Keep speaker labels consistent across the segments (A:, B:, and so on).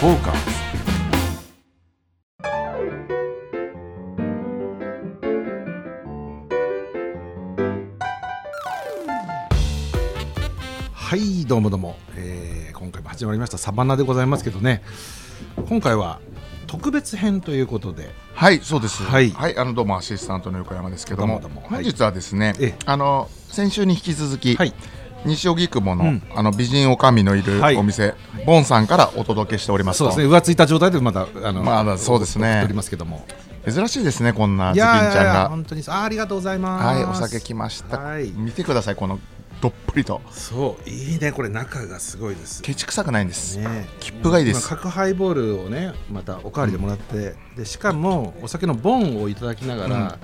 A: フォーカスはいどうもどうも、えー今回も始まりましたサバンナでございますけどね今回は特別編ということで
B: はい、そうです。
A: は
B: はいい、あのどうもアシスタントの横山ですけども、
A: どうもどうもはい
B: 本日はですね、
A: ええ
B: あの先週に引き続き、
A: はい
B: 西荻窪の、
A: うん
B: あの美人女将のいる
A: はい
B: お店、ボンさんからお届けしております
A: そう
B: と。
A: ですね浮ついた状態でまだあの、
B: まあそうですね
A: 送っておりますけども
B: 珍しいですね、こんなズキンち
A: いやいや
B: ゃんが。
A: 本当にそうあーありがとうございま
B: は
A: す
B: い、お酒来ました。
A: はい
B: 見てください、このどっぷりと。
A: そういいねこれ中がすごいです
B: ケチくさくないんです。
A: ね
B: 切符がいいで
A: まあ
B: す。
A: 角ハイボールをねまたおかわりでもらって、でしかもお酒のボンをいただきながら、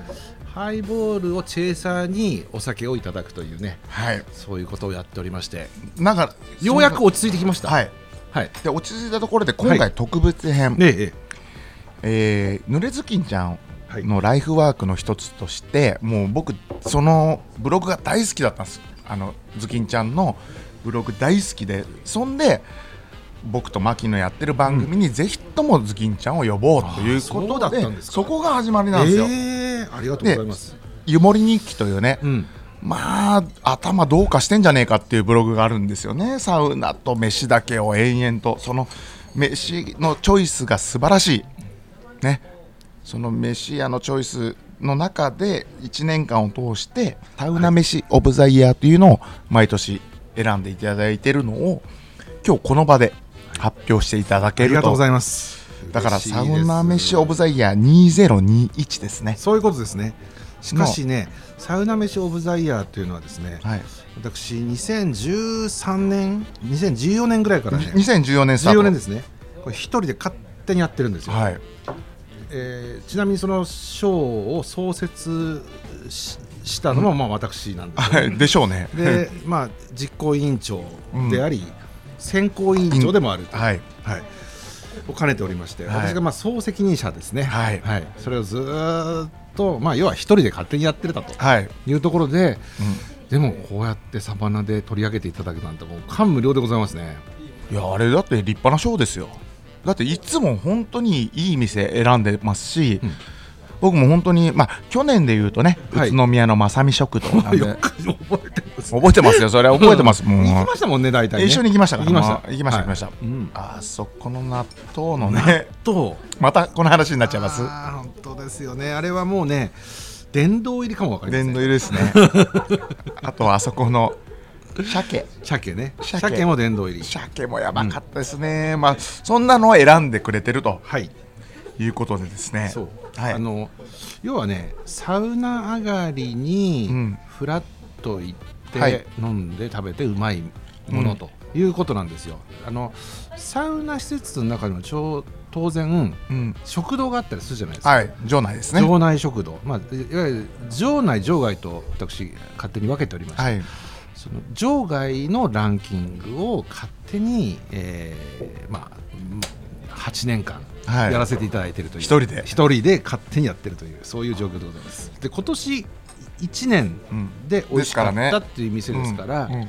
A: ハイボールをチェイサーにお酒をいただくというね
B: はい。
A: そういうことをやっておりまして
B: なんか
A: ようやく落ち着いてきました
B: はい。
A: はい
B: で落ち着いたところで今
A: は
B: 回特別編、
A: ねえ
B: えー、濡れずきんちゃん
A: はい
B: のライフワークの一つとして、もう僕そのブログが大好きだったんですあのずきんちゃんのブログ大好きでそんで僕と牧野やってる番組にぜひともずきんちゃんを呼ぼうという
A: あーそう
B: こ
A: だ
B: と
A: っ
B: で,、
A: たんですか
B: そこが始まりなんですよ。
A: ええありがとうございます、
B: 湯守日記というね、
A: うん
B: まあ頭どうかしてんじゃねえかっていうブログがあるんですよねサウナと飯だけを延々とその飯のチョイスが素晴らしいねその飯屋のチョイスの中で1年間を通してサウナ飯オブザイヤーというのを毎年選んでいただいてるのを今日この場で発表していただ
A: あ
B: け
A: り
B: る
A: がとうご
B: と
A: ざいます
B: だから
A: 嬉しいで
B: サ
A: す
B: ウナ飯オブザイヤー2021ですね
A: そういうことですねしかしねサウナ飯オブザイヤーというのはですね、
B: はい
A: 私2013年2014年ぐらいからね
B: 2014年スタート
A: 14年ですねこれ一人で勝手にやってるんですよ、
B: はい
A: えーちなみにその賞を創設ししたのもまあ私なんですよ、
B: はいでしょうね
A: で、まあ、実行委員長であり、選考委員長でもあると、
B: はい
A: はい、を兼ねておりまして、
B: はい
A: 私がまあ総責任者ですね、
B: はい
A: それをずーっと、まあ、要は一人で勝手にやってるだと
B: はい、
A: いうところで、でもこうやってサバナで取り上げていただくなんてもう感無量でございますね
B: いやあれだって立派なショーですよだっていつも本当にいい店選んでますし、
A: うん
B: 僕も本当にまあ去年で言うとね、
A: はい
B: 宇都宮のまさみ食堂なんで
A: よく覚えてます
B: 覚えてますよそれは覚えてます、もう
A: 行きましたもんね大体ね
B: 一緒に行きましたから
A: 行きました
B: 行きました
A: はい
B: 行きました
A: うん
B: あそこの納豆のね
A: と
B: またこの話になっちゃいます
A: あー本当ですよねあれはもうね殿堂入りかもわかりませ
B: 殿
A: ん
B: 堂入り ですねあとはあそこの鮭
A: 鮭ね鮭
B: 鮭
A: も殿堂入り
B: 鮭もやばかったですね、まあそんなのを選んでくれてると
A: はい
B: いうことでですね
A: そう、
B: はい、
A: あの要はねサウナ上がりに
B: うん
A: フラッと行って、
B: はい
A: 飲んで食べてうまいものということなんですよ、あのサウナ施設の中にもちょう当然
B: うん
A: 食堂があったりするじゃないですか、
B: はい、場内ですね。
A: 場内食堂、まあ、いわゆる場内場外と私勝手に分けておりまして、
B: はい、
A: その場外のランキングを勝手に、えーまあ、8年間
B: はい
A: やらせていただいているという、
B: 一人で
A: 一人で勝手にやってるというそういう状況でございますで今年1年
B: うん
A: で美味しかっ
B: です
A: た
B: から
A: っ
B: ね
A: ていう店ですから
B: うんうん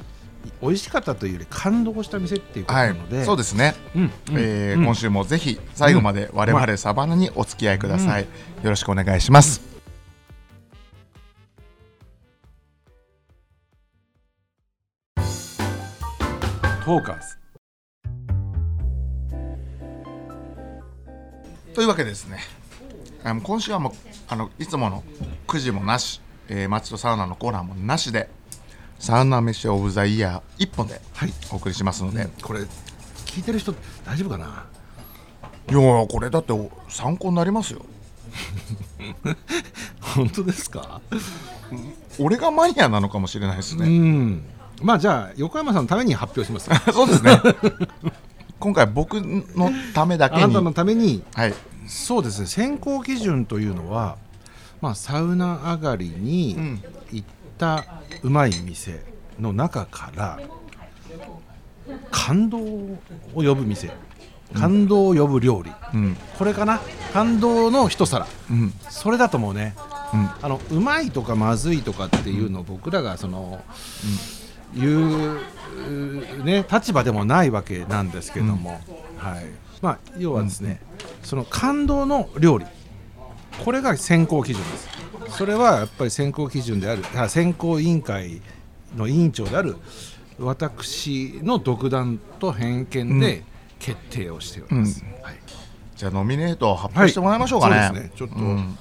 A: 美味しかったというより感動した店っていうこと
B: は
A: ないので、、
B: そうですね。
A: うんうん
B: えー
A: うん
B: 今週もぜひ最後まで我々サバナにお付き合いください。よろしくお願いします。
A: トーカーズ
B: というわけでですね。あの今週はもうあのいつものくじもなし、えー、町とサウナのコーナーもなしで、サウナ飯オブザイヤー一本で
A: はい
B: お送りしますので、い
A: これ聞いてる人大丈夫かな
B: やーこれだってお参考になりますよ。
A: 本当ですか
B: 俺がマニアなのかもしれないですね。
A: うんまあじゃあ横山さんのために発表し ます
B: そうですね。今回僕のためだけ
A: あなたの
B: に。
A: ために
B: はい。
A: そうですね選考基準というのは、まあ、サウナ上がりに行ったうまい店の中から感動を呼ぶ店感動を呼ぶ料理、
B: うん。
A: これかな感動の一皿
B: うん。
A: それだともうね
B: うん。
A: あのうまいとかまずいとかっていうのを僕らがその、言ううね立場でもないわけなんですけども、はいまあ、要はですね、その感動の料理これが選考基準ですそれはやっぱり選考基準であるあ選考委員会の委員長である私の独断と偏見で決定をしております、はい、
B: じゃあノミネートを発表してもらいましょうかね,、
A: はいそうですねちょっと
B: ん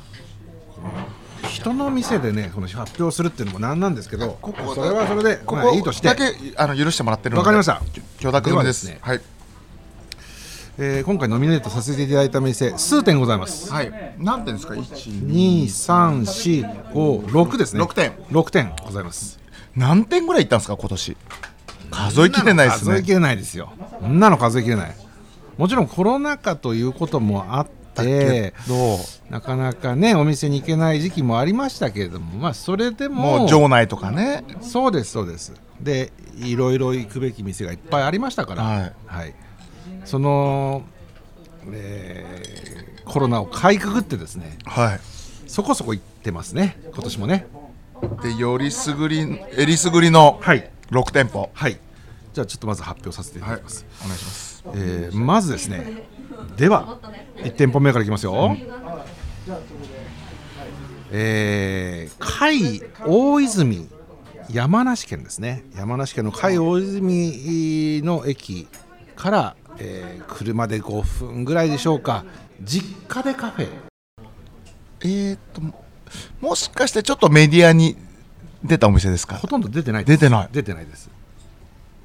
A: 人の店でねこの発表するっていうのもなんなんですけど
B: ここ
A: それはそれで
B: こ
A: まあいい
B: こと
A: して
B: だけあの許してもらってるので
A: わかりました
B: 許諾済みです
A: ではですね
B: はい、
A: えー今回ノミネートさせていただいた店数点ございます、
B: はい、何点ですか1
A: 2、3、4、5、6ですね。
B: 六点。
A: 六点ございます。
B: 何点ぐらいいったんですか今年数えきれないです
A: 数え
B: ね
A: きれないですよ。そんなの数えきれない。もちろんコロナ禍ということもあって、
B: どう
A: なかなかねお店に行けない時期もありましたけれども、まあそれでも
B: もう場内とかね
A: そうですそうです。でいろいろ行くべき店がいっぱいありましたから、
B: はい
A: その、えーコロナをかいくぐってですね、
B: はい
A: そこそこ行ってますね今年もね。
B: でよりすぐりえりすぐりの
A: はい
B: 6店舗
A: はい。じゃあちょっとまず発表させていただきます。
B: お願いします
A: えーまずですね。では1店舗目からいきますよ。えー、甲斐大泉山梨県ですね。山梨県の甲斐大泉の駅から、えー車で5分ぐらいでしょうか。実家でカフェ。
B: えーっとももしかしてちょっとメディアに出たお店ですか
A: ほとんど出てない
B: 出てない
A: 出てないです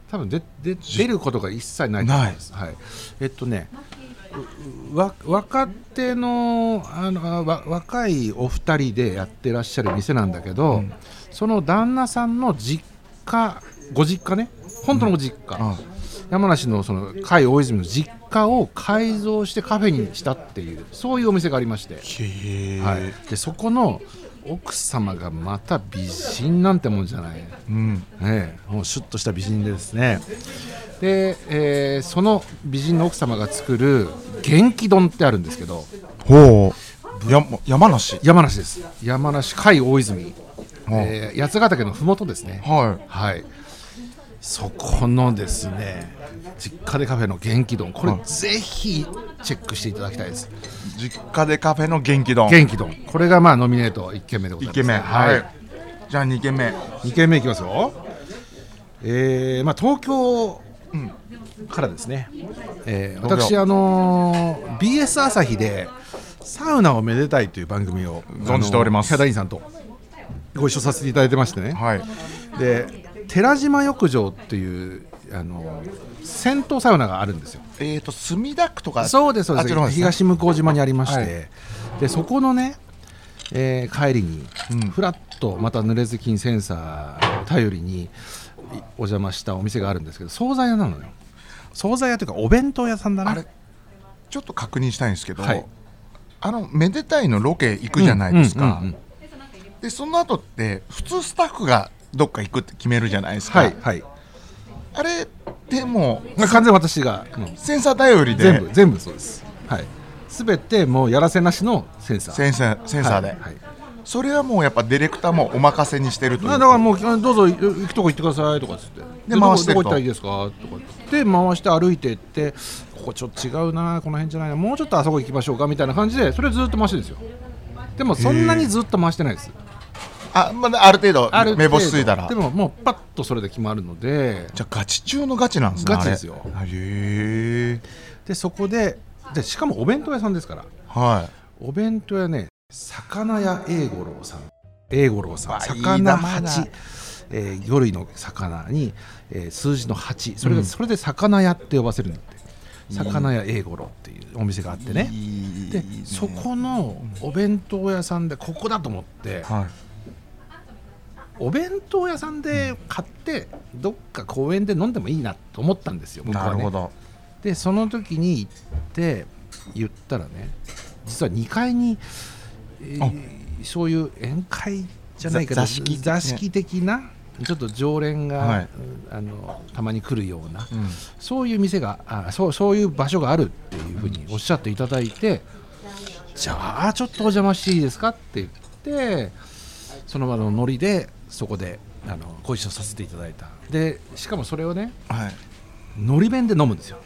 A: 多分でで出ることが一切ないと思いますはい、えっとねううわ若手のあのあわ若いお二人でやってらっしゃる店なんだけど、その旦那さんの実家ご実家ね本当のご実家、
B: うん
A: 山梨のその甲斐大泉の実家を改造してカフェにしたっていうそういうお店がありまして
B: へえ
A: はい、でそこの奥様がまた美人なんてもんじゃない、
B: うん
A: ええもうシュッとした美人でですねで、えーその美人の奥様が作る元気丼ってあるんですけど
B: ほうや山梨
A: 山梨です山梨甲斐大泉、
B: うん
A: えー八ヶ岳の麓ですね
B: はい
A: はいそこのですね実家でカフェの元気丼これぜひチェックしていただきたいです
B: 実家でカフェの元気丼
A: 元気丼これがまあノミネート1軒目でございますね、
B: 1軒目
A: は
B: はいいじゃあ2軒目
A: 2軒目いきますよ、えーまあ、東京からですね、えー
B: 東
A: 私、
B: 京
A: あのー BS 朝日でサウナをめでたいという番組を
B: 存じております
A: ヒャダインさんとご一緒させていただいてましてね、
B: はい
A: で寺島浴場っていう、あのー銭湯サウナがあるんですよ。
B: えーと墨田区とか
A: そうですそうで
B: あっ
A: す
B: ちの方ね
A: 東向島にありまして、
B: はい
A: でそこのね、えー帰りに、
B: うん
A: ふらっとまた濡れずきんセンサーを頼りにいお邪魔したお店があるんですけど惣菜屋なのよ惣菜屋というかお弁当屋さんだな
B: あれちょっと確認したいんですけど、
A: はい
B: あのめでたいのロケ行くじゃないですか、
A: うんうんうん
B: でその後って普通スタッフがどっか行くって決めるじゃないですか、
A: はいはい
B: あれでも
A: まあ完全に私が、うん
B: センサー頼りで
A: 全部全部そうですはい全てもうやらせなしのセンサー
B: センサーセンサーで、
A: はいはい
B: それはもうやっぱディレクターもお任せにしてるという
A: まあだからもうどうぞ行くとこ行ってくださいとかっつって
B: で回して
A: どこどこ行った
B: ると
A: らいいですかとかで回して歩いてってここちょっと違うなこの辺じゃないなもうちょっとあそこ行きましょうかみたいな感じでそれずっと回してるんですよでもそんなにずっと回してないです
B: あ,、まあ、ある程度
A: ある程度
B: 目星ついたら
A: でももうパッとそれで決まるので
B: じゃあガチ中のガチなんですね
A: ガチですよ
B: あれへえ
A: でそこででしかもお弁当屋さんですから
B: は
A: お弁当屋ね魚屋英五郎さん英五郎さん
B: わいい
A: 魚
B: 名前だ
A: 八えー魚類の魚に、えー数字の8それが、それで魚屋って呼ばせるんだって魚屋英五郎っていうお店があって
B: い
A: ね
B: いい
A: で
B: いね
A: そこのお弁当屋さんでここだと思って
B: はい
A: お弁当屋さんで買ってどっか公園で飲んでもいいなと思ったんですよ僕は、ね、
B: なるほど
A: でその時に行って言ったらね実は2階に、えーそういう宴会じゃないけど
B: ざ座敷
A: 座敷的な、ちょっと常連が、
B: はい
A: あのたまに来るような、
B: うん
A: そういう店があそうそういう場所があるっていうふうにおっしゃっていただいて、じゃあちょっとお邪魔していいですかって言ってその場のノリでそこであのご一緒させていただいたでしかもそれをね
B: はい
A: のり弁で飲むんですよ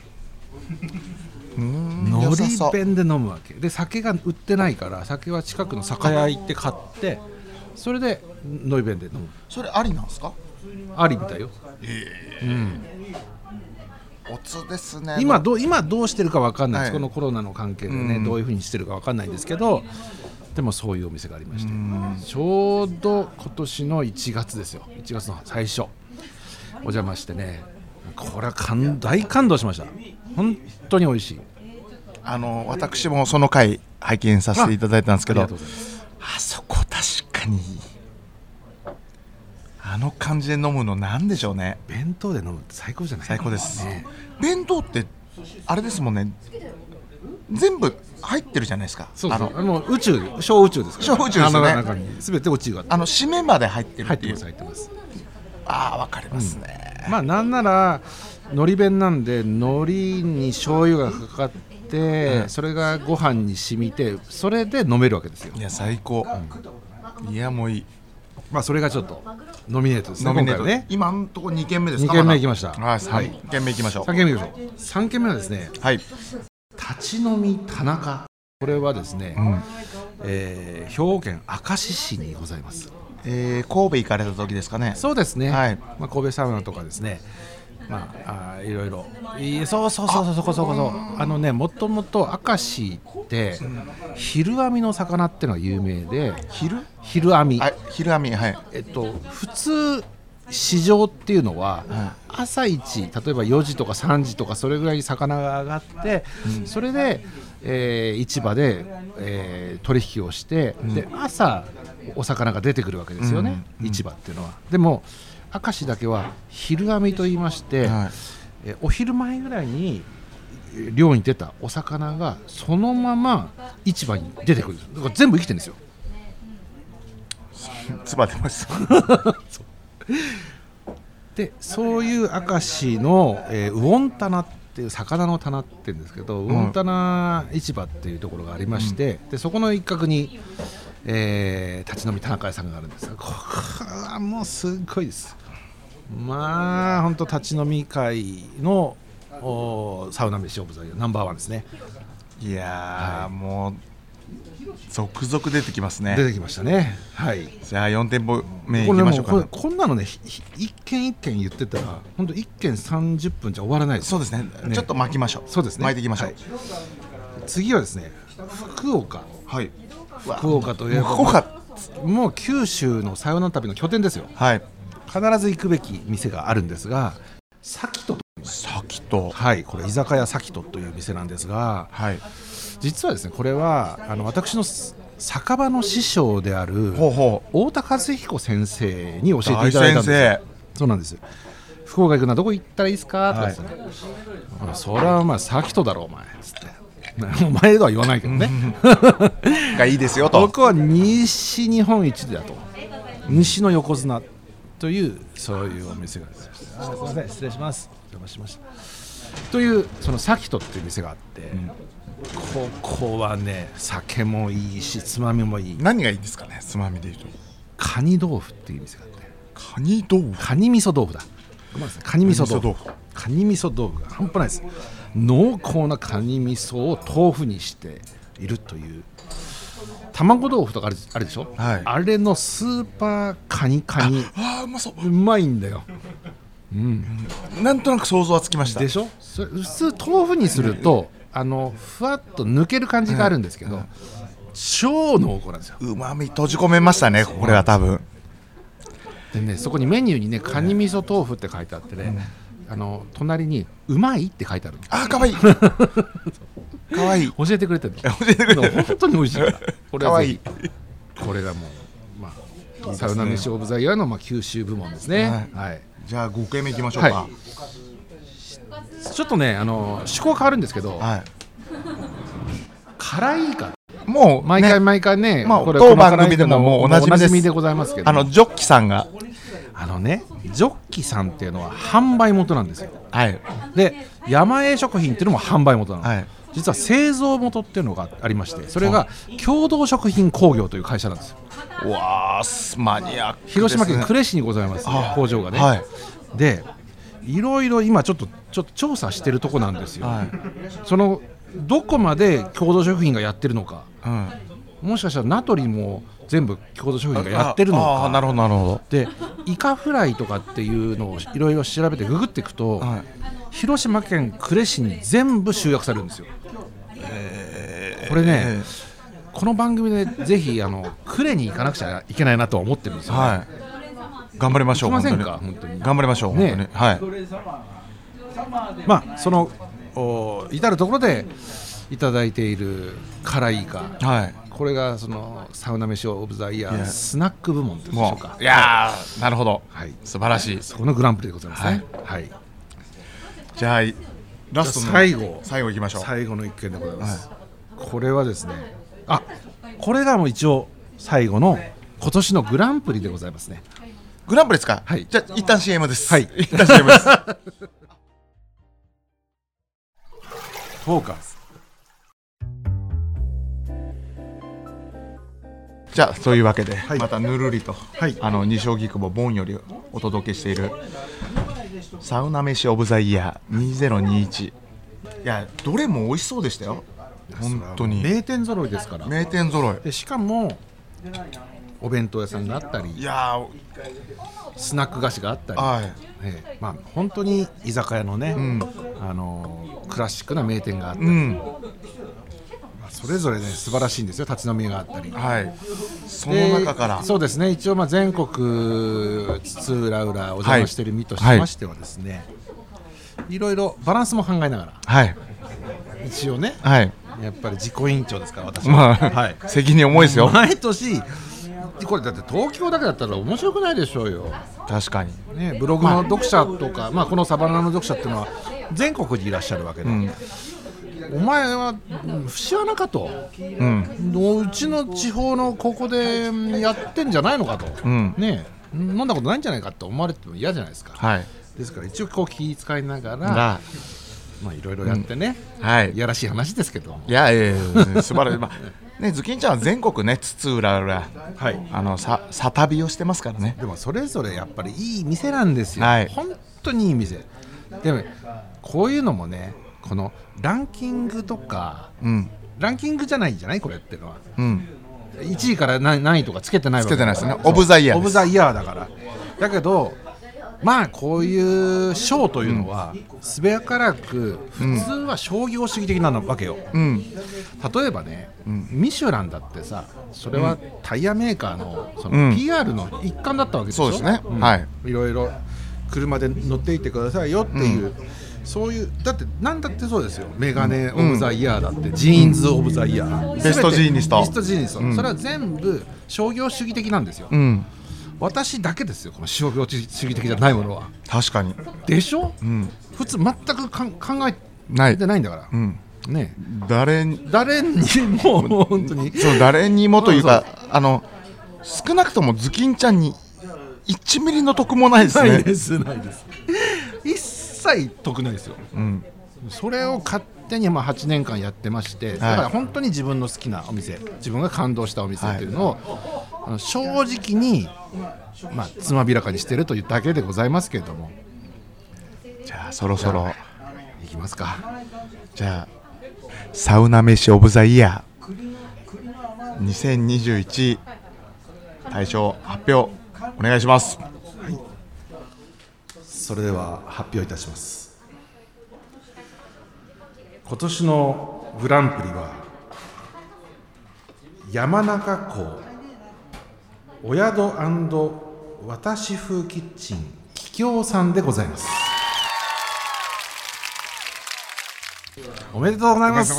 A: のり弁で飲むわけで酒が売ってないから酒は近くの酒屋行って買ってそれでのり弁で飲む
B: それありなんですか
A: ありみたいよ、うん、
B: おつですね
A: 今どう今どうしてるかわかんないです、
B: は
A: こ
B: い
A: のコロナの関係でね、
B: うん
A: どういうふうにしてるかわかんないんですけどでもそういうお店がありまして、ちょうど今年の1月ですよ1月の最初お邪魔してねこれは感大感動しました本当に美味しい
B: あの私もその回拝見させていただいたんです
A: あ
B: け
A: りが
B: どあ
A: とうございます
B: そこ確かにあの感じで飲むのなんでしょうね
A: 弁当で飲むって最高じゃない
B: 最高です
A: ね
B: 弁当ってあれですもんね全部入ってるじゃないですか
A: そう
B: あ
A: そう
B: の
A: あの宇宙小宇宙ですから、
B: 小宇宙ですね
A: あの中に全て宇宙が
B: あの締めまで入ってる
A: 入
B: っ
A: ってて
B: い
A: ま
B: う
A: す入ってます
B: ああわかりますね、
A: まあなんならのり弁なんでのりに醤油がかかって、それがご飯に染みてそれで飲めるわけですよ、
B: いや最高、いやもういい
A: まあ、それがちょっとノミネートですね
B: ノミネー
A: 今回は
B: ト
A: ね
B: 今のところ2軒目ですか
A: 二軒目
B: だ
A: 行きました
B: はい3軒目行きましょう
A: 3軒目いきましょう3軒目はですね
B: はい
A: 立ち飲み田中これはですね、
B: ん
A: えー兵庫県明石市にございます
B: えー神戸行かれた時ですかね
A: そうですね、
B: はい
A: まあ、神戸サウナとかですね、まあ、あーいろいろいいそうそうそうそうそこそこそうあのねもともと明石って昼網の魚っていうのが有名で
B: 昼
A: 昼網、
B: あ昼網はい
A: えっと、普通市場っていうのは、朝一例えば4時とか3時とかそれぐらいに魚が上がって、それで、えー市場で、えー取引をして、で朝お魚が出てくるわけですよね、市場っていうのは。でも明石だけは昼網と言いまして、
B: はい
A: えーお昼前ぐらいにえー漁に出たお魚がそのまま市場に出てくるんですだから全部生きてるんですよ。
B: つば出ま した
A: でそういう明石の、えー、魚ン棚っていう魚の棚って言うんですけど魚ン棚市場っていうところがありまして、でそこの一角に、えー立ち飲み田中屋さんがあるんですがここはもうすっごいですまあ本当立ち飲み会のおーサウナ飯オブザイヤーナンバーワンですね
B: いやー、もう続々出てきます
A: 出
B: ね
A: てきましたねはい
B: じゃあ4店舗目
A: これ
B: 行きま
A: も
B: しょ
A: う
B: うか
A: こ
B: ね、
A: れこんなのねひひ一軒一軒言ってたら本当一軒30分じゃ終わらないです
B: そうですね
A: ね
B: ちょっと巻きましょう
A: そうですね
B: 巻いていきましょう
A: 次はですね福岡
B: はい、
A: 福岡といえば
B: 福岡
A: もう九州のサウナ旅の拠点ですよ
B: はい
A: 必ず行くべき店があるんですがサキト
B: さきと
A: はいこれ居酒屋サキトという店なんですが
B: はい
A: 実はですねこれはあの私のす酒場の師匠である
B: ほうほう
A: 太田和彦先生に教えていただいたんですよ
B: 大先
A: そうなんです福岡行くなどこ行ったらいいですかとか
B: はい
A: ですね、あそれはお前サキトだろお前つって お前とは言わないけどね
B: がいいですよと
A: 僕は西日本一だと西の横綱というそういうお店がありますすみません失礼しますお邪魔しましたというそのサキトっていう店があって、ここはね酒もいいしつまみもいい
B: 何がいいですかねつまみでいうと
A: カニ豆腐っていう店があって
B: カニ豆腐
A: カニ味噌豆腐だごめんなさいカニ味噌豆
B: カニ味噌
A: 腐カニ味噌豆腐が半端ないです濃厚なカニ味噌を豆腐にしているという卵豆腐とかあるあるでしょ、
B: はい
A: あれのスーパーカニカニ
B: ああうまそう
A: まいんだよ
B: なんとなく想像はつきました
A: でしょそれ普通豆腐にするとあのふわっと抜ける感じがあるんですけど、超濃厚なんですよ
B: うまみ閉じ込めましたねこれは多分
A: でねそこにメニューにねカニ味噌豆腐って書いてあってね、あの隣に「うまい?」って書いてあるの
B: ああかわいいか わいい
A: 教えてくれてるの
B: 教えてくれてる
A: 本当に美味しいからこれ
B: か
A: は
B: わ
A: ぜ
B: い
A: ひ
B: い
A: これがもう、まあ、サウナ飯オブザイヤーの、まあ、九州部門ですね
B: は、い
A: はい
B: じゃあ5軒目いきましょうか
A: はちょっとねあの趣向変わるんですけど、
B: はい
A: 辛いか
B: もう、
A: 毎回
B: ね
A: 毎回ね
B: まあ
A: これ
B: 当
A: この
B: 番組でももうおなじみです
A: おなでございますけど
B: あのジョッキさんが、
A: あのねジョッキさんっていうのは販売元なんですよ
B: はい、
A: で山栄食品っていうのも販売元なの、
B: はい
A: 実は製造元っていうのがありましてそれが共同食品工業という会社なんですよ
B: うわあすマニアックです、ね、
A: 広島県呉市にございます、
B: あ
A: 工場がね、
B: はい
A: でいろいろ今ちょっとちょっと調査してるとこなんですよ、
B: はい
A: そのどこまで共同食品がやってるのか、
B: うん
A: もしかしたら名取も全部共同食品がやってるの
B: ああ
A: か
B: ーなるほどなるほ
A: でイカフライとかっていうのをいろいろ調べてググっていくと、
B: ど、はい、
A: 広島県呉市に全部集約されるんですよ。これね、この番組でぜひあの呉に行かなくちゃいけないなとは思ってるんですよ、ね
B: はい頑張りましょう
A: 行きません
B: 本当
A: か
B: に
A: 本当に
B: 頑張りましょう、
A: ね
B: 本当にはい
A: まあそのお至る所でいただいている辛いイカ、
B: はい
A: これがそのサウナ飯オブザイヤ
B: いや
A: ースナック部門というんでしょ
B: も
A: うか
B: ういやーなるほど、
A: はい
B: 素晴らしい
A: そこのグランプリでございますねはい、
B: じゃあいラストの
A: じゃあ最後
B: 最後いきましょう
A: 最後の一件でございます、これはですねあこれがもう一応最後の今年のグランプリでございますね
B: グランプリですか、
A: はい
B: じゃあ一旦 CM で す、
A: はい
B: 一旦 CM です
A: フォーカス
B: じゃあそういうわけで、
A: い
B: またぬるりと、
A: はい
B: あの二将棋久保ボンよりお届けしているサウナ飯オブザイヤー2021いやどれも美味しそうでしたよ本当に
A: 名店揃いですから
B: 名店揃い
A: でしかもお弁当屋さんがあった
B: い
A: り
B: や
A: スナック菓子があった
B: ー
A: り、
B: はい
A: ええまあ本当に居酒屋のね、あのークラシックな名店があったり、
B: うん
A: まあそれぞれね素晴らしいんですよ立ち飲み屋があったり
B: はいそ
A: で
B: の中から
A: そうですね一応まあ全国津々浦々お邪魔してる身としましてはですね、いろいろバランスも考えなが
B: はい
A: ら一応ね
B: はい
A: やっぱり自己委員長ですから私は、
B: まあ、
A: はい、
B: 責任重いですよ
A: 毎年これだって東京だけだったら面白くないでしょうよ、
B: 確かに
A: ね、ブログの読者とか、まあ、このサバナの読者っていうのは全国にいらっしゃるわけで、お前はうん節穴かと、
B: うん
A: うちの地方のここでうんやってんじゃないのかと、
B: ん
A: ねえ飲んだことないんじゃないかって思われても嫌じゃないですか、
B: はい
A: ですから一応こう気遣いながら
B: だ
A: まあいろいろやってね、
B: はい
A: いやらしい話ですけども
B: いやいやいや素晴らしい、まあね、ズキンちゃんは全国ね津々浦々
A: はい
B: あのさサ旅をしてますからね
A: でもそれぞれやっぱりいい店なんですよ、
B: はい
A: 本当にいい店でもこういうのもねこのランキングとか
B: うん
A: ランキングじゃないんじゃないこれってのは
B: うん
A: 1位から何何位とかつけてないわけだから
B: つけてないですねオブザイヤー
A: そう
B: です
A: オブザイヤーだからだけどまあこういう賞というのは、すべからく普通は商業主義的なわけよ、
B: うん
A: 例えばね、ミシュランだってさそれはタイヤメーカーのそうの
B: ん
A: PR の一環だったわけでしょ
B: そうですねはい
A: いろいろ車で乗っていってくださいよっていう、そういうだって何だってそうですよメガネオブザイヤーだって、ジーンズオブザイヤー、
B: ベストジーニスト
A: ベストジーニスト、それは全部商業主義的なんですよ、
B: うん
A: 私だけですよこの商業主義的じゃないものは
B: 確かに
A: でしょ、普通全くかん考え
B: ない
A: てないんだから、
B: うん
A: ね
B: 誰に
A: 誰にももう本当に
B: そう誰にもというかあの少なくともズキンちゃんに1ミリの得もないです
A: ない
B: ね
A: ですないです一切得ないですよ、それを勝手にまあ8年間やってまして、だから本当に自分の好きなお店自分が感動したお店っていうのを、あの正直に、まあ、つまびらかにしてるというだけでございますけれども
B: じゃあそろそろ
A: いきますか
B: じゃあサウナ飯オブザイヤー2021大賞発表お願いします
A: それでは発表いたします今年のグランプリは山中港お宿私風キッチン桔梗さんでございますおめでとうございます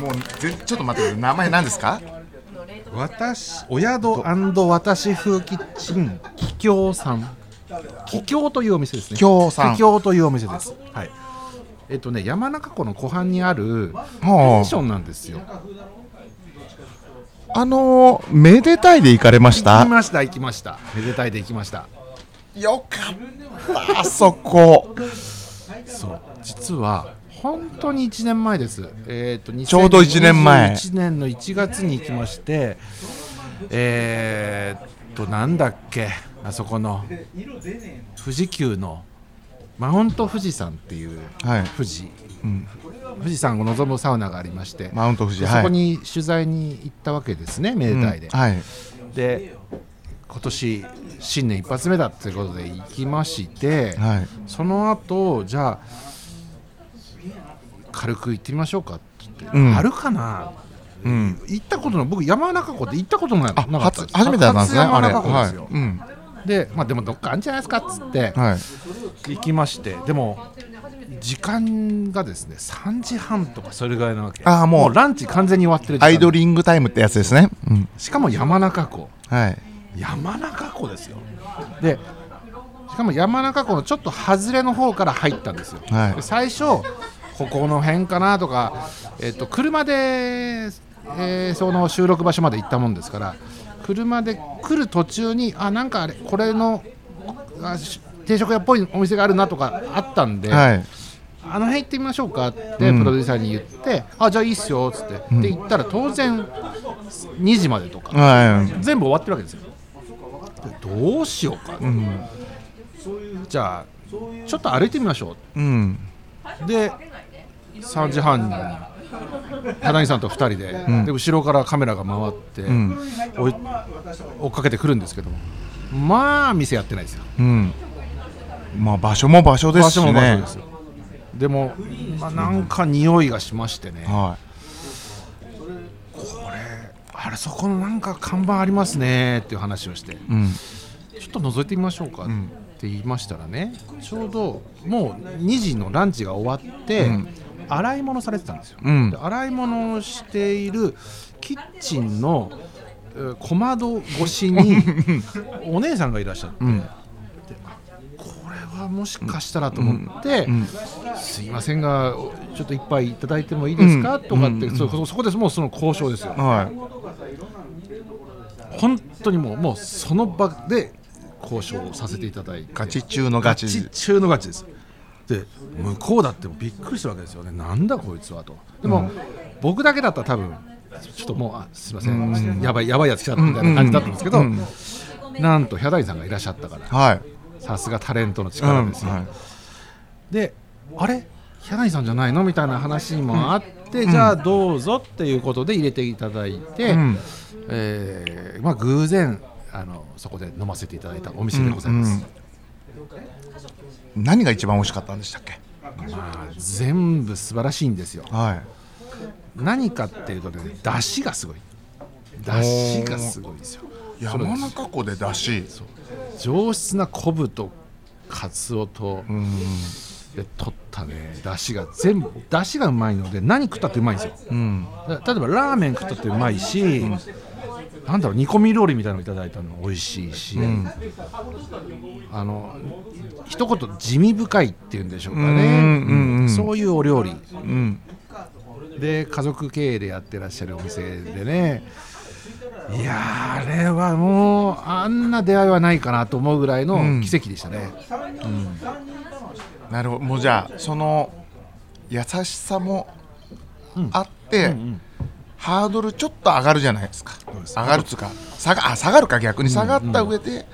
B: もうぜちょっと待ってください名前何ですか
A: 私お宿私風キッチン桔梗さん桔梗というお店ですね
B: 桔梗さん
A: 桔梗というお店ですはいえっとね山中湖の湖畔にあるペンションなんですよ
B: あのー、めでたいで行かれまし
A: 行き
B: た
A: ました行きましためでたいで行きました
B: よかったあそこ
A: そう実は本当に1年前です、えー、と
B: ちょうど1年前
A: 1年の1月に行きましてえー、っとなんだっけあそこの富士急のマウント富士山っていう
B: はい
A: 富士、
B: うん
A: 富士山を望むサウナがありまして、
B: マウント富
A: そ
B: 士はい
A: こに取材に行ったわけですね、明大で。
B: うんはい
A: で今年新年一発目だということで行きまして、
B: はい
A: その後じゃあ軽く行ってみましょうかって言って、
B: うん
A: あるかな
B: うん
A: 行ったことの僕山中湖って行ったこともなな
B: あ
A: かった
B: 初初めてだったんですね
A: 初
B: あれ
A: 山中湖ですよ
B: はいうん
A: でまあでもどっかあるんじゃないですかっつって
B: はい
A: 行きましてでも時間がですね3時半とかそれぐらいなわけ
B: あーもう
A: ランチ完全に終わってる時間
B: アイドリングタイムってやつですねうん
A: しかも山中湖
B: はい
A: 山中湖ですよでしかも山中湖のちょっと外れの方から入ったんですよ、
B: はい
A: で最初ここの辺かなとか、えっと、車で、えーその収録場所まで行ったもんですから車で来る途中にあなんかあれこれのあし定食屋っぽいお店があるなとかあったんで、
B: はい
A: あの辺行ってみましょうかって
B: うん
A: プロデューサーに言って、あじゃあいいっすよっつって、で行ったら当然2時までとか
B: はい
A: 全部終わってるわけですよどうしようか、
B: うん
A: じゃあちょっと歩いてみましょ
B: うん
A: うで3時半に柳さんと2人で,、
B: ん
A: で後ろからカメラが回って、
B: ん
A: 追い追っかけてくるんですけどもまあ店やってないですよ
B: うんまあ場所も場所ですし
A: 場所も場所
B: ね
A: ですよでも、まあ、なんか匂いがしましてね
B: は
A: あれそこのなんか看板ありますねっていう話をして
B: いうん
A: ちょっと覗いてみましょうかって言いましたらね、ちょうどもう2時のランチが終わって、
B: うん
A: 洗い物されてたんですよ、
B: うん
A: で洗い物をしているキッチンのえー小窓越しにお姉さんがいらっしゃって、であこれはもしかしたらと思って、
B: ん
A: すいませんがちょっと一杯いただいてもいいですか、
B: うん
A: とかって、
B: うん
A: そうそそこでもうその交渉ですよ、
B: は
A: 本当にもうもうその場で交渉をさせていただいて
B: いガチ中のガチ
A: ガチ中のガチですで向こうだってもびっくりしたわけですよねなんだこいつはとでも、僕だけだったら多分ちょっともうあすいません、やばいやばいやつ来たみたいな感じだったんですけど、
B: うん
A: なんとヒャダインさんがいらっしゃったから
B: はい
A: さすがタレントの力ですよ、
B: は
A: であれ柳井さんじゃないのみたいな話もあって、じゃあどうぞっていうことで入れていただいて、
B: うん
A: えーまあ、偶然あのそこで飲ませていただいたお店でございます、
B: うんい何が一番美味しかったんでしたっけ
A: まあ、全部素晴らしいんですよ
B: はい
A: 何かっていうとね出汁がすごい出汁がすごいんですよ
B: 山中湖でだし
A: 上質な昆布とカツオと、
B: うん
A: で取ったね出汁が全部出汁がうまいので何食ったってうまいんですよ
B: うん
A: だ例えばラーメン食ったってうまいし、なんだろう煮込み料理みたいなのいただいたの美味しいし、あの一言地味深いっていうんでしょうかね、
B: うんうんうん
A: そういうお料理
B: うん
A: で家族経営でやってらっしゃるお店でねいやーあれはもうあんな出会いはないかなと思うぐらいの奇跡でしたね、
B: なるほどもうじゃあその優しさもあって、ハードルちょっと上がるじゃないですか
A: です
B: 上がるつうか下があ下がるか逆に下がった上で、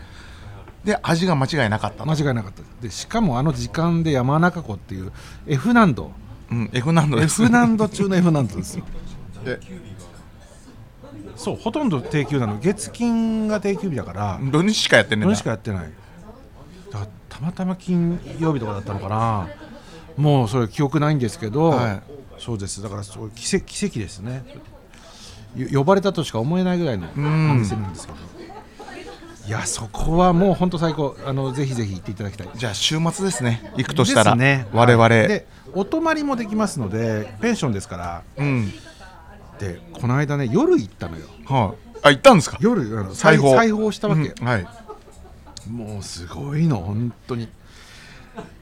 B: で味が間違いなかったと、
A: 間違いなかったでしかもあの時間で山中湖っていう F 難度
B: うん、F 難度です
A: F 難度中の F 難度ですよ
B: で
A: そうほとんど定休なの月金が定休日だから
B: 土日しかやってねえ
A: 土日
B: んだ
A: しかやってないだたまたま金曜日とかだったのかなもうそれ記憶ないんですけど、
B: はい
A: そうですだからそう奇跡奇跡ですねよ呼ばれたとしか思えないぐらいの
B: ん
A: お店なんですけどいやそこはもう本当最高あのぜひぜひ行っていただきたい
B: じゃあ週末ですね行くとしたら、
A: ですね
B: 我々、
A: はいでお泊まりもできますのでペンションですから
B: うん
A: でこの間ね夜行ったのよ
B: はい、あ行ったんですか
A: 夜あの
B: 裁縫
A: 裁縫したわけ、
B: うんはい
A: もうすごいの本当に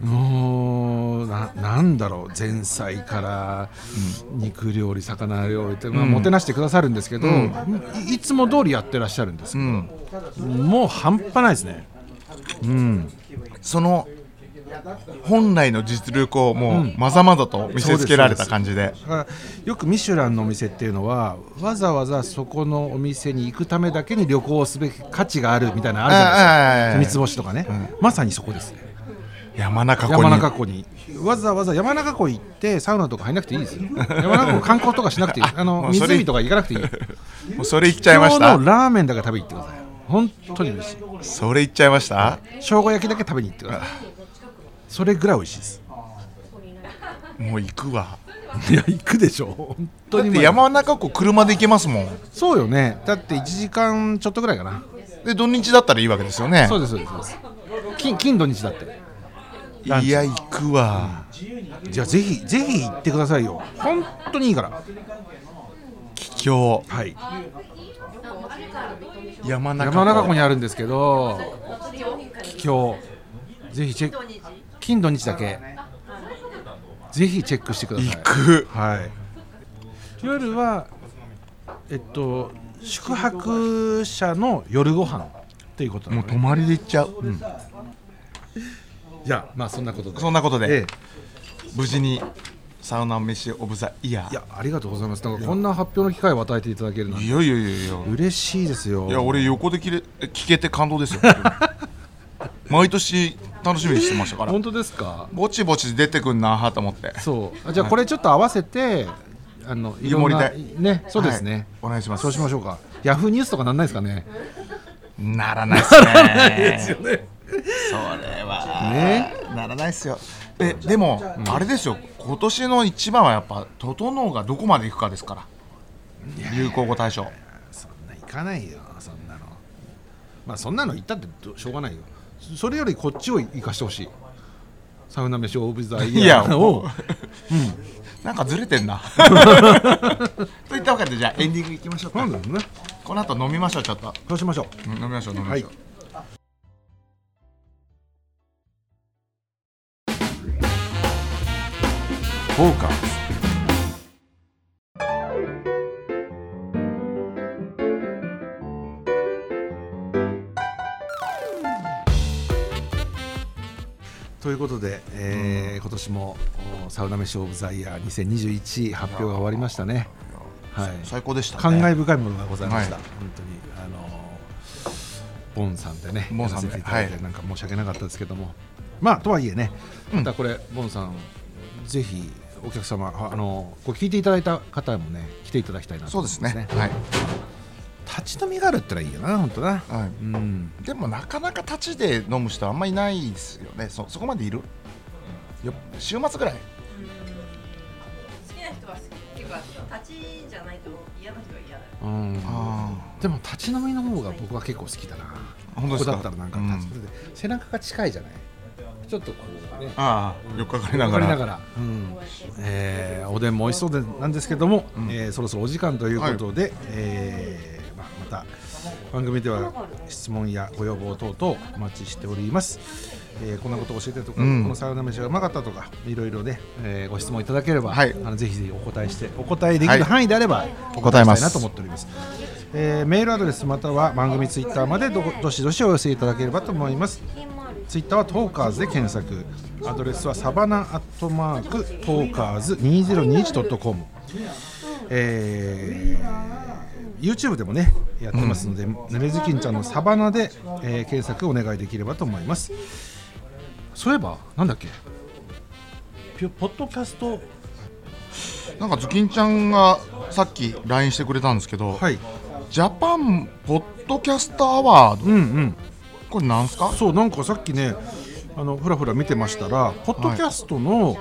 A: もうななんだろう前菜から肉料理魚料理って、まあ、
B: うん
A: もてなしてくださるんですけど、
B: ん
A: いいつも通りやってらっしゃるんですけ
B: うん
A: ど、もう半端ないですね
B: うん、その本来の実力をもうまざまざと見せつけられた感じで,、
A: だからよくミシュランのお店っていうのはわざわざそこのお店に行くためだけに旅行をすべき価値があるみたいなのあるじゃないですか
B: ああああああ
A: 三つ星とかね、まさにそこですね
B: 山中湖に
A: 山中湖にわざわざ山中湖行ってサウナとか入らなくていいですよ山中湖観光とかしなくていいあ
B: も
A: の
B: うそれ
A: 湖とか行かなくていい
B: もうそれ言っちゃいまし
A: 今日
B: た
A: のラーメンだけ食べに行ってください本当に美味しい
B: それ言っちゃいました
A: 生姜焼きだけ食べに行ってくださいそれぐらい美味しいです
B: もう行くわ
A: いや行くでしょ本
B: だ
A: 当
B: っ
A: に
B: て山中湖車で行けますもん
A: そうよねだって1時間ちょっとぐらいかな
B: で土日だったらいいわけですよね
A: そうですそうですそうです金金土日だって
B: いや行くわ
A: じゃあぜひぜひ行ってくださいよ本当にいいから
B: 秘境
A: はい
B: 山中湖
A: 山中湖にあるんですけど秘境ぜひチェック金土日だけぜひチェックしてください
B: 行く
A: はい夜はえっと宿泊者の夜ご飯っていうことな
B: もう
A: の
B: 泊
A: ね
B: まりで行っちゃう、うん
A: いやまあそんなことで
B: そんなこと
A: え
B: で
A: え
B: 無事にサウナ飯オブザイヤー
A: いやありがとうございますなんかこんな発表の機会を与えていただけるなんて
B: いやいやいやいや
A: 嬉しいですよ
B: いや俺横できれ聞けて感動ですよ 毎年楽しみにしてましたから
A: 本当ですか
B: ぼちぼち出てくんなと思って
A: そうあじゃあこれちょっと合わせてあのいろんな
B: 湯
A: ねそうですね、
B: はいお願いします
A: そうしましょうかヤフーニュースとかなんないですかね
B: ならないっすね
A: ね
B: それは
A: ね
B: ならないっすよえでも、あれですよ今年の一番はやっぱ整うがどこまでいくかですから流行語大賞
A: そんな行かないよそんなのまあそんなの行ったってどしょうがないよそそれよりこっちを行かしてほしいサウナ飯オブザイヤ
B: いや
A: ーを
B: なんかずれて んなといったわけでじゃあエンディングいきましょう
A: な
B: か
A: んだろうね
B: この後飲みましょうちょっと
A: そうしましょう
B: うん飲みましょう飲みま
A: は
B: し
A: い
B: ょう、
A: フォーカということで、えー今年もおサウナ飯オブザイヤー2021発表が終わりましたね。はい、
B: 最高でした、ね、
A: 感慨深いものがございました、
B: はい
A: 本当にあのボンさんでね
B: ボンさんで
A: やらせていただいて
B: はい
A: なんか申し訳なかったですけども、まあとはいえね
B: うん
A: またこれ、ボンさんぜひお客様ああのこう聞いていただいた方もね来ていただきたいなと
B: そう
A: 思
B: で
A: いますね
B: ねはい、
A: 立ち飲みがあるってのはいいよな本当な
B: はい
A: うん
B: でもなかなか立ちで飲む人あんまいないですよねそそこまでいるよ週末ぐらい
C: 好きな人は好きっていうか立ちじゃないと嫌な人は嫌だよ
A: うん
B: あ
A: でも立ち飲みの方が僕は結構好きだな
B: 本当ですか
A: ここだったらなんか立ち、だって背中が近いじゃないちょっとこうね
B: ああ4日かかりな
A: わ
B: が
A: からりながら、うんえーおでんも美味しそうでなんですけども、えーそろそろお時間ということで、えーまあ、また番組では質問やご要望等々お待ちしております、えーこんなことを教えてとか、
B: うん
A: このサウナ飯がうまかったとかいろいろね、えーご質問いただければ、
B: はい
A: あのぜひぜひお答えしてお答えでき
B: はい
A: る範囲であれば、
B: お答えします
A: したいなと思っております、えーメールアドレスまたは番組ツイッターまでどどしどしお寄せいただければと思いますツイッターはトーカーズで検索アドレスはサバナアットマークトーカーズ 2021.com、えー、YouTube でもねやってますので、ねねずきんちゃんのサバナで、えー検索お願いできればと思いますそういえばなんだっけピョポッドキャスト
B: なんかズキンちゃんがさっき LINE してくれたんですけど、
A: はい
B: ジャパンポッドキャストアワード
A: うんうん
B: これなんすか
A: そうなんかさっきねあのふらふら見てましたらポッドキャストの、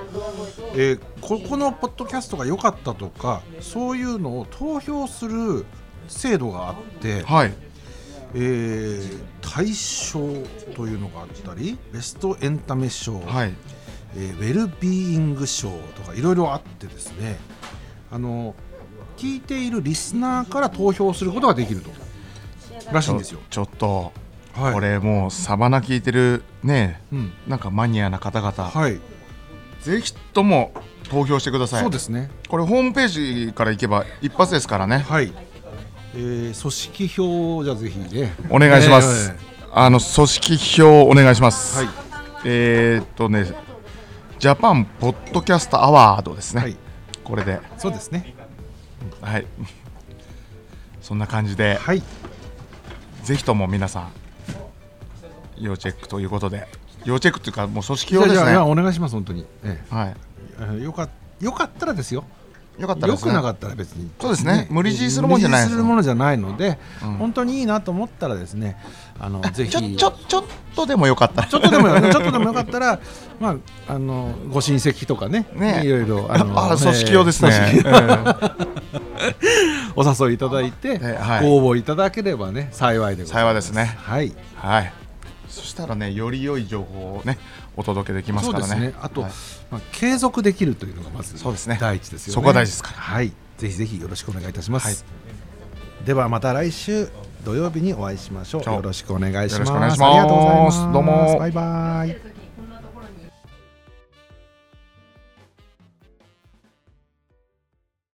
A: えーここのポッドキャストが良かったとかそういうのを投票する制度があって、
B: はい
A: えー大賞というのがあったりベストエンタメ賞、
B: はい
A: えーウェルビーイング賞とかいろいろあってですねあの聞いているリスナーから投票することができるとらしいんですよ。
B: ちょっと、
A: はい
B: これもうサバナ聞いてるね、
A: うん
B: なんかマニアな方々、
A: はい、
B: ぜひとも投票してください
A: そうですね
B: これホームページから行けば一発ですからね
A: はい、えー、組織票をじゃあぜひね
B: お願いします。
A: え
B: あの組織票お願いします。
A: はい
B: えーっとね、ジャパンポッドキャストアワードです
A: ー
B: ね。
A: はい、
B: これで、
A: そうですね
B: はい。そんな感じで、
A: はい
B: ぜひとも皆さん要チェックということで、要チェックっていうかもう組織
A: いや
B: 用
A: い
B: です
A: やい
B: ね
A: やお願いします本当に、え
B: は
A: えええよかよかったらですよ
B: いよかった
A: 良
B: らですね
A: くなかったら別に
B: そうですね無理強いするもんじゃない
A: 無理強するものじゃないので、
B: うん
A: 本当にいいなと思ったらですねあのぜひ
B: ちょちょちょっとでもよかったら
A: ちょっとでもよ ちょっとでもよかったら、まあ、あのご親戚とかね
B: ね
A: いろいろ
B: あ
A: の
B: 組織用ですね、
A: ええ組織
B: え
A: お誘いいただいて、
B: えはい
A: ご応募いただければね幸いでございます
B: 幸いですね
A: はい
B: えはいそしたらねより良い情報をねお届けできます
A: そう
B: か
A: で
B: らね
A: すねあと、
B: はい
A: まあ、継続できるというのがまず
B: そうですね
A: 第一ですよね
B: そこが大事ですから
A: はいぜひぜひよろしくお願いいたします、ではまた来週土曜日にお会いしましょう
B: そう
A: よろしくお願いします
B: よろしくお願いしま
A: あ
B: す
A: りがとうございます
B: どうも
A: バイバイ
C: 時